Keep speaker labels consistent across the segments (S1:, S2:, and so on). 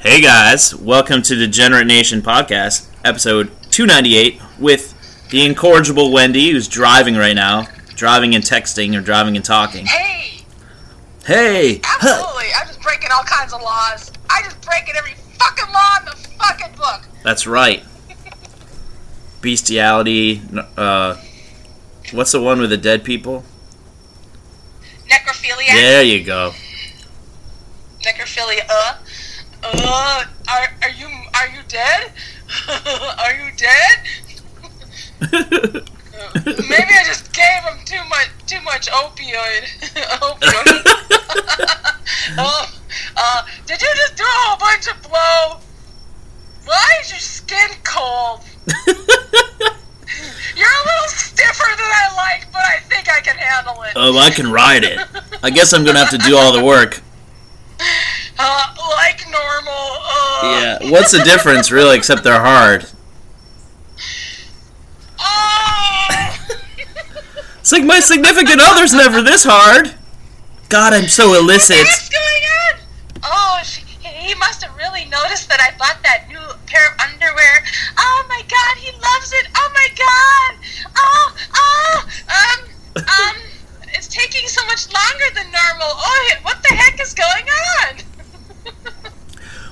S1: Hey guys, welcome to Degenerate Nation podcast, episode 298, with the incorrigible Wendy, who's driving right now, driving and texting or driving and talking.
S2: Hey,
S1: Hey,
S2: absolutely. I'm just breaking all kinds of laws. I just breaking every fucking law in the fucking book.
S1: that's right. Bestiality. n- Uh, what's the one with the dead people?
S2: Necrophilia.
S1: There you go.
S2: Necrophilia. Uh. Uh. Are, are you are you dead? are you dead? Maybe I just gave him too much too much opioid. opioid. oh, uh, did you just do a whole bunch of blow? Why is your skin cold? You're a little stiffer than I like, but I think I can handle it.
S1: oh, I can ride it. I guess I'm gonna have to do all the work.
S2: Uh, like normal. Uh,
S1: Yeah. What's the difference, really? Except they're hard.
S2: Oh!
S1: It's like my significant other's never this hard. God, I'm so illicit.
S2: What's going on? Oh, she, he must have really noticed that I bought that new pair of underwear. Oh my god, he loves it. Oh my god. Oh, oh, um, um, it's taking so much longer than normal. Oh, what the heck is going on?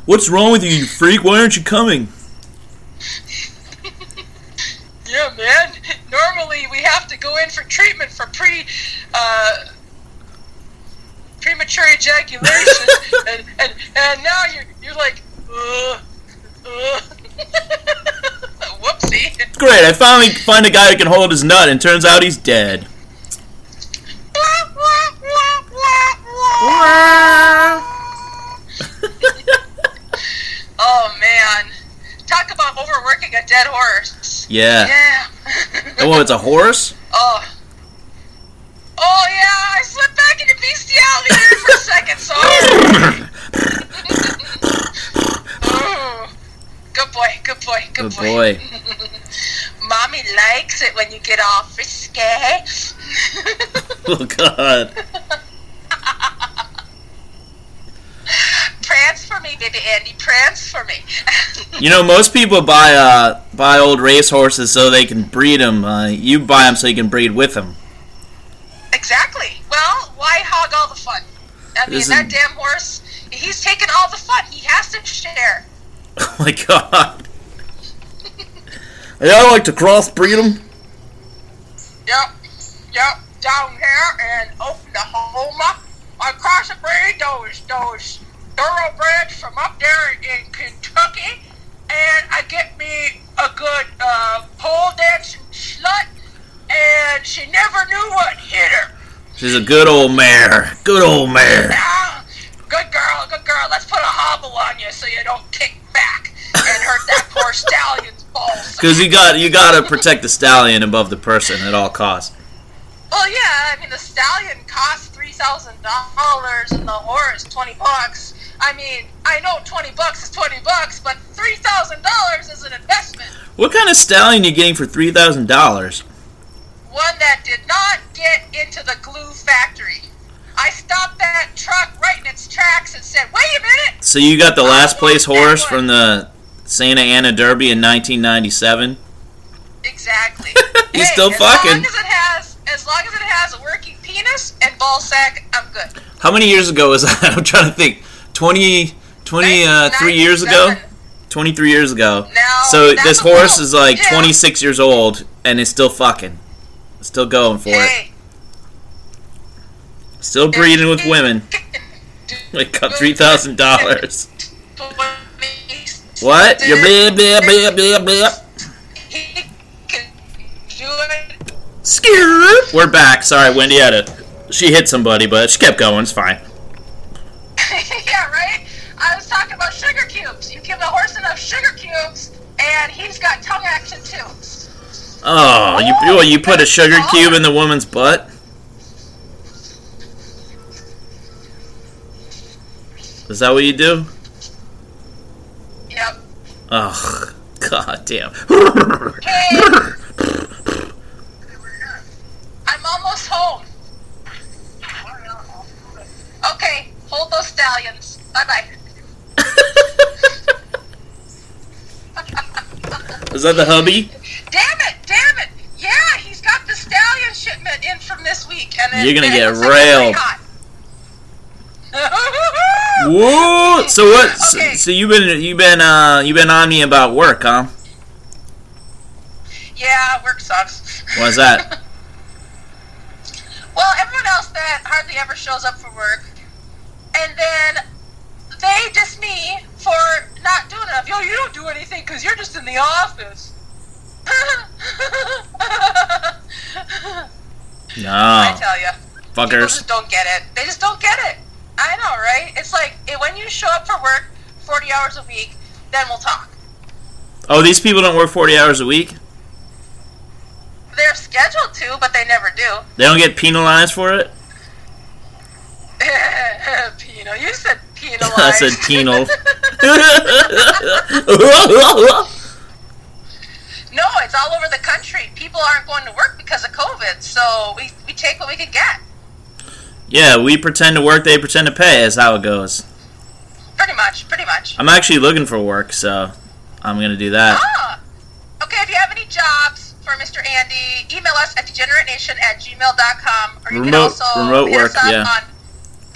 S1: What's wrong with you, you freak? Why aren't you coming?
S2: Yeah, man. Normally we have to go in for treatment for pre, uh, premature ejaculation, and, and and now you're you're like, uh, uh. whoopsie.
S1: Great, I finally find a guy who can hold his nut, and turns out he's dead.
S2: Wah, wah, wah, wah, wah. Oh man, talk about overworking a dead horse.
S1: yeah.
S2: Yeah.
S1: Oh, it's a horse?
S2: Oh. Oh yeah, I slipped back into bestiality there for a second, so. Ooh. good boy, good boy, good,
S1: Good boy.
S2: Mommy likes it when you get all frisky.
S1: Oh, God.
S2: prance for me, baby Andy, prance for me.
S1: You know, most people buy uh, buy old race horses so they can breed them. Uh, you buy them so you can breed with them.
S2: exactly. Well, why hog all the fun? I mean,
S1: Isn't-
S2: that damn horse, he's taking all the fun. He has to share.
S1: Oh, my God. Yeah, I like to crossbreed them.
S2: Yep, yep, down here in Oklahoma. Across the breed, those, those thoroughbreds from up there in Kentucky. And I get me a good uh, pole dancing slut, and she never knew what hit her.
S1: She's a good old mare. Good old mare.
S2: Ah, good girl, good girl. Let's put a hobble on you so you don't kick back and hurt that poor stallion's balls.
S1: Because you got you got to protect the stallion above the person at all costs.
S2: Well, yeah, I mean, the stallion costs three thousand dollars, and the horse twenty bucks. I mean, I know twenty bucks is twenty bucks, but three thousand dollars is an investment.
S1: What kind of stallion you getting for three thousand dollars?
S2: One that did not get into the glue factory. I stopped that truck right in its tracks and said, "Wait a minute!
S1: So you got the last place horse from the Santa Ana Derby in 1997.
S2: Exactly."
S1: You
S2: Hey,
S1: still
S2: as
S1: fucking.
S2: Long as it has, as long as it has a working penis and ball sack, I'm good.
S1: How many years ago was that? I'm trying to think. 20, 20 uh, three years ago.
S2: 1997.
S1: 23 years ago.
S2: Now,
S1: So
S2: that's
S1: this
S2: a
S1: horse
S2: little-
S1: is like
S2: yeah.
S1: 26 years old and is still fucking, still going for it,
S2: Hey,
S1: still breeding with women. Like got three thousand dollars. What? You're blah blah blah blah blah.
S2: He can do it.
S1: Skirp. We're back. Sorry, Wendy had a. She hit somebody, but she kept going. It's fine.
S2: yeah, right? I was talking about sugar cubes. You give the horse enough sugar cubes, and he's got tongue action too.
S1: Oh, you well, you put a sugar cube in the woman's butt. Is that what you do?
S2: Yep.
S1: Ugh, god damn.
S2: Hey. I'm almost home. Okay, hold those stallions. Bye bye.
S1: Is that the hubby?
S2: Damn it, damn it. Yeah, he's got the stallion shipment in from this week. and it-
S1: You're gonna
S2: and it
S1: get
S2: looks like it's pretty
S1: railed.
S2: hot.
S1: Whoa! So what?
S2: Okay.
S1: So, so you've been you've been uh you've been on me about work, huh?
S2: yeah, work sucks.
S1: Why's that?
S2: Well, everyone else that hardly ever shows up for work, and then they diss me for not doing enough. Yo, you don't do anything because you're just in the office. I
S1: No,
S2: tell you, people
S1: fuckers.
S2: just don't get it. They just don't get it. I know, right? It's like eh, when you show up for work 40 hours a week, then we'll talk.
S1: Oh, these people don't work forty hours a week.
S2: They're scheduled to, but they never do.
S1: They don't get penalized for it.
S2: penal. You said penalized.
S1: I said penal.
S2: No, it's all over the country. People aren't going to work because of COVID, so we, we take what we can get,
S1: yeah, we pretend to work, they pretend to pay. Is how it goes.
S2: pretty much, pretty much.
S1: I'm actually looking for work, so I'm gonna do that.
S2: Ah, okay, if you have any jobs for Mr. Andy, email us at degenerateenation at gmail.com, or you can
S1: Remote-
S2: also
S1: remote
S2: hit us
S1: work,
S2: up
S1: yeah.
S2: on,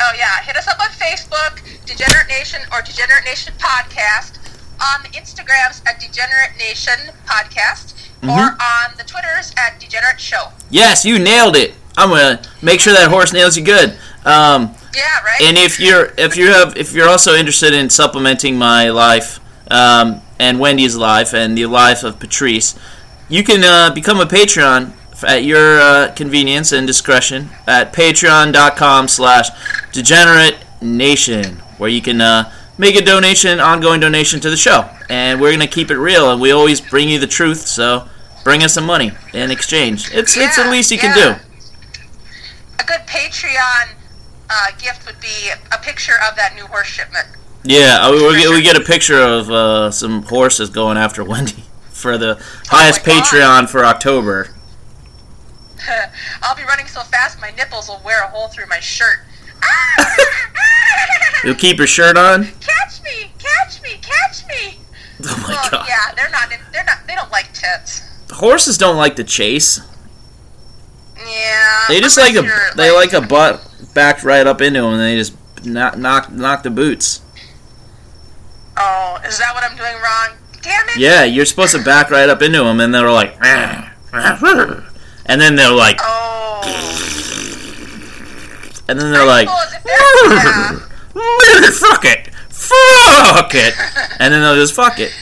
S2: oh yeah, hit us up on Facebook, Degenerate Nation or Degenerate Nation Podcast, on the Instagrams at Degenerate Nation Podcast,
S1: Mm-hmm.
S2: or on the Twitters at Degenerate Show.
S1: Yes, you nailed it. I'm gonna make sure that horse nails you good. Um,
S2: Yeah, right?
S1: and if you're if you have if you're also interested in supplementing my life um, and Wendy's life and the life of Patrice, you can uh, become a Patreon f- at your uh, convenience and discretion at patreon.com slash degenerate nation where you can uh, make a donation ongoing donation to the show and we're gonna keep it real and we always bring you the truth so bring us some money in exchange it's it's the
S2: Yeah,
S1: least you
S2: yeah.
S1: can do
S2: a good Patreon uh, gift would be a picture of that new horse shipment.
S1: Yeah, uh, we, we, get, we get a picture of uh, some horses going after Wendy for the highest
S2: my God.
S1: Patreon for October.
S2: I'll be running so fast my nipples will wear a hole through my shirt. Ah!
S1: You'll keep your shirt on?
S2: catch me! Catch me! Catch me!
S1: Oh my
S2: Well,
S1: god.
S2: yeah, they're not. They're not. They don't like tits.
S1: Horses don't like to chase.
S2: Yeah.
S1: They just like
S2: unless
S1: a
S2: you're,
S1: they like a butt backed right up into them and they just knock knock knock the boots.
S2: Oh, is that what I'm doing wrong? Damn it!
S1: Yeah, you're supposed to back right up into them and they're like "Rah, rah, rah." and then they're like
S2: Oh.
S1: and then they're like
S2: Well, if they're- yeah.
S1: fuck it. Fuck it. And then they'll just fuck it.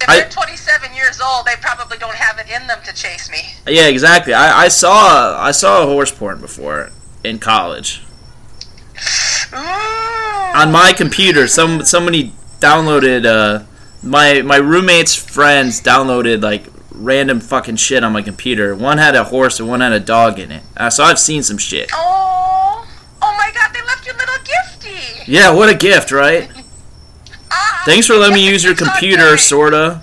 S2: If
S1: I-
S2: they're 27 years old, they probably don't have it in them to chase me.
S1: Yeah, exactly. I, I saw I saw a horse porn before in college
S2: Ooh.
S1: on my computer. Some somebody downloaded uh, my my roommate's friends downloaded like random fucking shit on my computer. One had a horse and one had a dog in it. Uh, so I've seen some shit.
S2: Oh, oh my God! They left you a little gifty.
S1: Yeah, what a gift, right?
S2: Ah,
S1: Thanks for letting me use your
S2: it's all
S1: computer,
S2: good.
S1: sorta.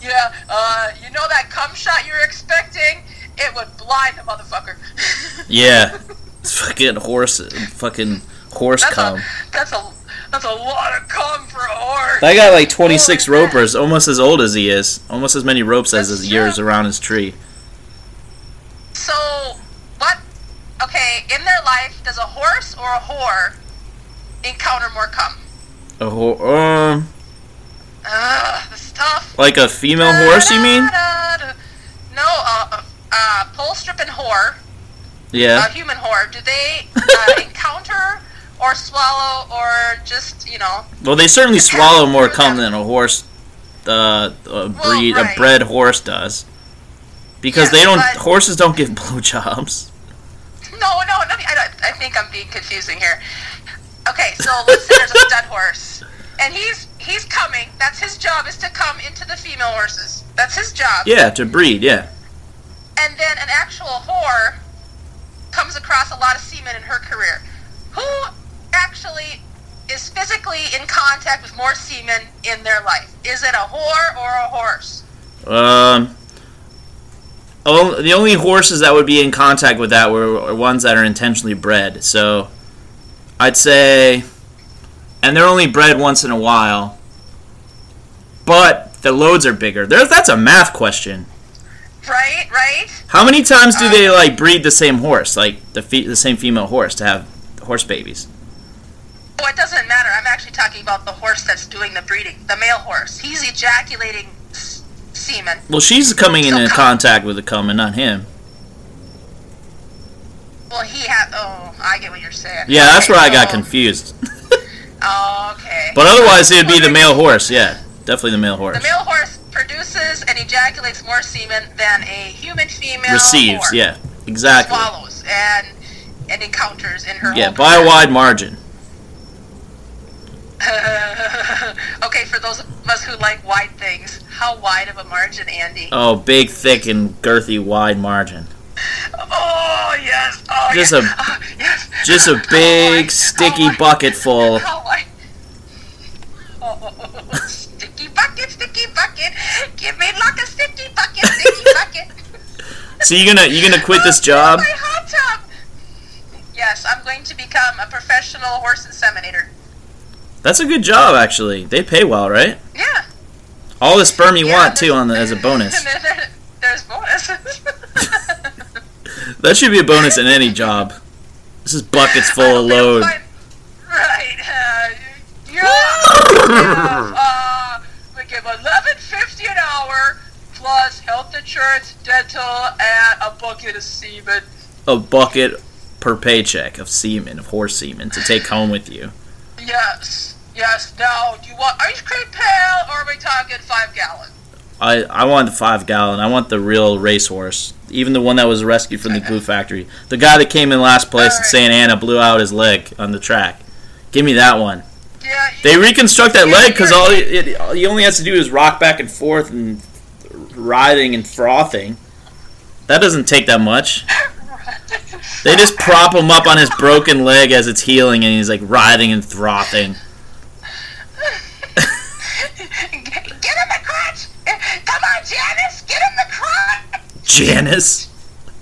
S2: Yeah, uh, you know that cum shot you were expecting? It would blind the motherfucker.
S1: Yeah, it's fucking horse, fucking horse
S2: that's
S1: cum.
S2: a that's a that's a lot of cum for a horse.
S1: I got like 26
S2: Holy crap.
S1: ropers, almost as old as he is, almost as many ropes as
S2: That's
S1: his years
S2: true.
S1: around his tree.
S2: so what? Okay, in their life, does a horse or a whore encounter more cum?
S1: A ho- um,
S2: Ugh, this is tough.
S1: like a female
S2: Uh,
S1: horse, you mean?
S2: No, uh, uh, uh, pole stripping whore. a
S1: Yeah.
S2: human whore, do they uh, encounter or swallow or just, you know,
S1: Well, they certainly swallow more cum than a horse, uh, a breed,
S2: Well, right.
S1: a bred horse does, because they
S2: Yes,
S1: don't.
S2: but-
S1: horses don't give blowjobs.
S2: no, no, no I, don't- I think I'm being confusing here. Okay, so let's say there's a stud horse, and he's he's coming. That's his job is to come into the female horses. That's his job.
S1: Yeah, to breed. Yeah.
S2: And then an actual whore comes across a lot of semen in her career. Who actually is physically in contact with more semen in their life? Is it a whore or a horse?
S1: Um. Oh, the only horses that would be in contact with that were, were ones that are intentionally bred. So, I'd say, and they're only bred once in a while. but the loads are bigger. There, that's a math question.
S2: Right, right.
S1: How many times
S2: Uh,
S1: do they like breed the same horse, like the fe- the same female horse, to have horse babies?
S2: Well, it doesn't matter. I'm actually talking about the horse that's doing the breeding, the male horse. He's ejaculating s- semen.
S1: Well, she's coming into contact with the cum, and not him.
S2: Well, he had. Oh, I get what you're saying.
S1: Yeah, that's
S2: Okay,
S1: where I got
S2: so-
S1: confused.
S2: Oh, okay.
S1: But otherwise, it would be the male horse. Yeah, definitely the male horse.
S2: The male horse produces and ejaculates more semen than a human female
S1: Receives.
S2: horse
S1: Yeah, exactly.
S2: swallows and and encounters in her.
S1: Yeah,
S2: whole
S1: by a
S2: career.
S1: wide margin.
S2: okay, for those of us who like wide things, how wide of a margin, Andy?
S1: Oh, big, thick, and girthy, wide margin.
S2: Oh yes. Oh
S1: Just
S2: yes.
S1: a-
S2: oh, yes.
S1: Just a
S2: How
S1: big,
S2: wide,
S1: sticky
S2: how wide,
S1: bucket full.
S2: How wide? Oh, sticky bucket, sticky bucket. Give me like a sticky bucket, sticky bucket.
S1: So you gonna you gonna quit this job?
S2: My hot tub. Yes, I'm going to become a professional horse inseminator.
S1: That's a good job, actually. They pay well, right?
S2: Yeah.
S1: All the sperm you
S2: yeah,
S1: want too,
S2: there's-
S1: on the, as a bonus.
S2: There's bonuses.
S1: That should be a bonus in any job. This is buckets full of
S2: I hope
S1: load.
S2: I'm- Right. Uh, you're uh, we give eleven fifty an hour plus health insurance, dental, and a bucket of semen.
S1: A bucket per paycheck of semen, of horse semen, to take home with you.
S2: Yes. Yes. Now, do you want ice cream pail or are we talking five gallon?
S1: I, I want the five gallon. I want the real racehorse. Even the one that was rescued from the glue factory. The guy that came in last place in
S2: Alright.
S1: Santa Ana blew out his leg on the track. Give me that one.
S2: Yeah.
S1: They reconstruct that leg because all it, it, all he only has to do is rock back and forth and writhing and frothing. That doesn't take that much. They just prop him up on his broken leg as it's healing, and he's like writhing and frothing.
S2: Get him the crotch! Come on, Janice! Get him the crotch!
S1: Janice.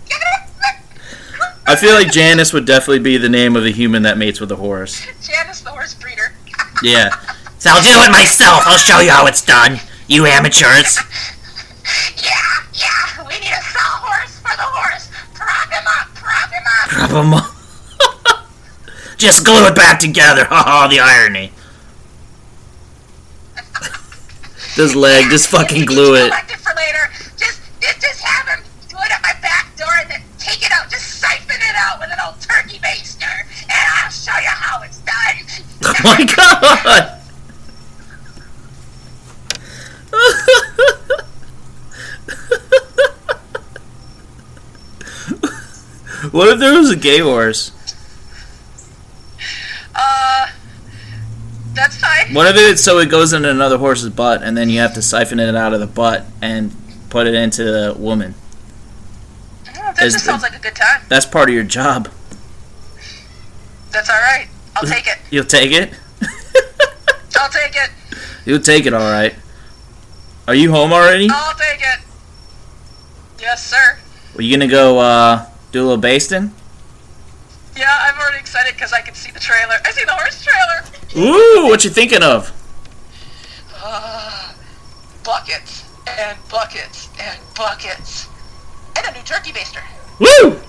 S2: Get him the
S1: I feel like Janice would definitely be the name of the human that mates with a horse.
S2: Janice, the horse breeder.
S1: Yeah.
S3: So I'll do it myself. I'll show you how it's done. You amateurs.
S2: Yeah, yeah, we need a sawhorse for the horse. Prop him up, prop him up.
S3: Rub 'em up. Just glue it back together. Ha ha, the irony.
S1: This leg, just fucking glue it.
S2: Collect it for later. Just, just, just have him do it at my back door and then take it out. Just siphon it out with an old turkey baster, and I'll show you how it's done.
S1: Oh my god! what if there was a gay horse?
S2: Uh, that's fine.
S1: What if it's so it goes into another horse's butt and then you have to siphon it out of the butt and put it into the woman?
S2: Oh, that
S1: Is-
S2: just sounds like a good time.
S1: That's part of your job.
S2: That's all right.
S1: Mm-hmm.
S2: I'll take it.
S1: You'll take it?
S2: I'll take it.
S1: You'll take it, alright. Are you home already?
S2: I'll take it. Yes, sir.
S1: Are you gonna go uh, do a little basting?
S2: Yeah, I'm already excited because I can see the trailer. I see the horse trailer.
S1: Ooh, what you thinking of?
S2: Uh, buckets and buckets and buckets. And a new turkey baster.
S1: Woo!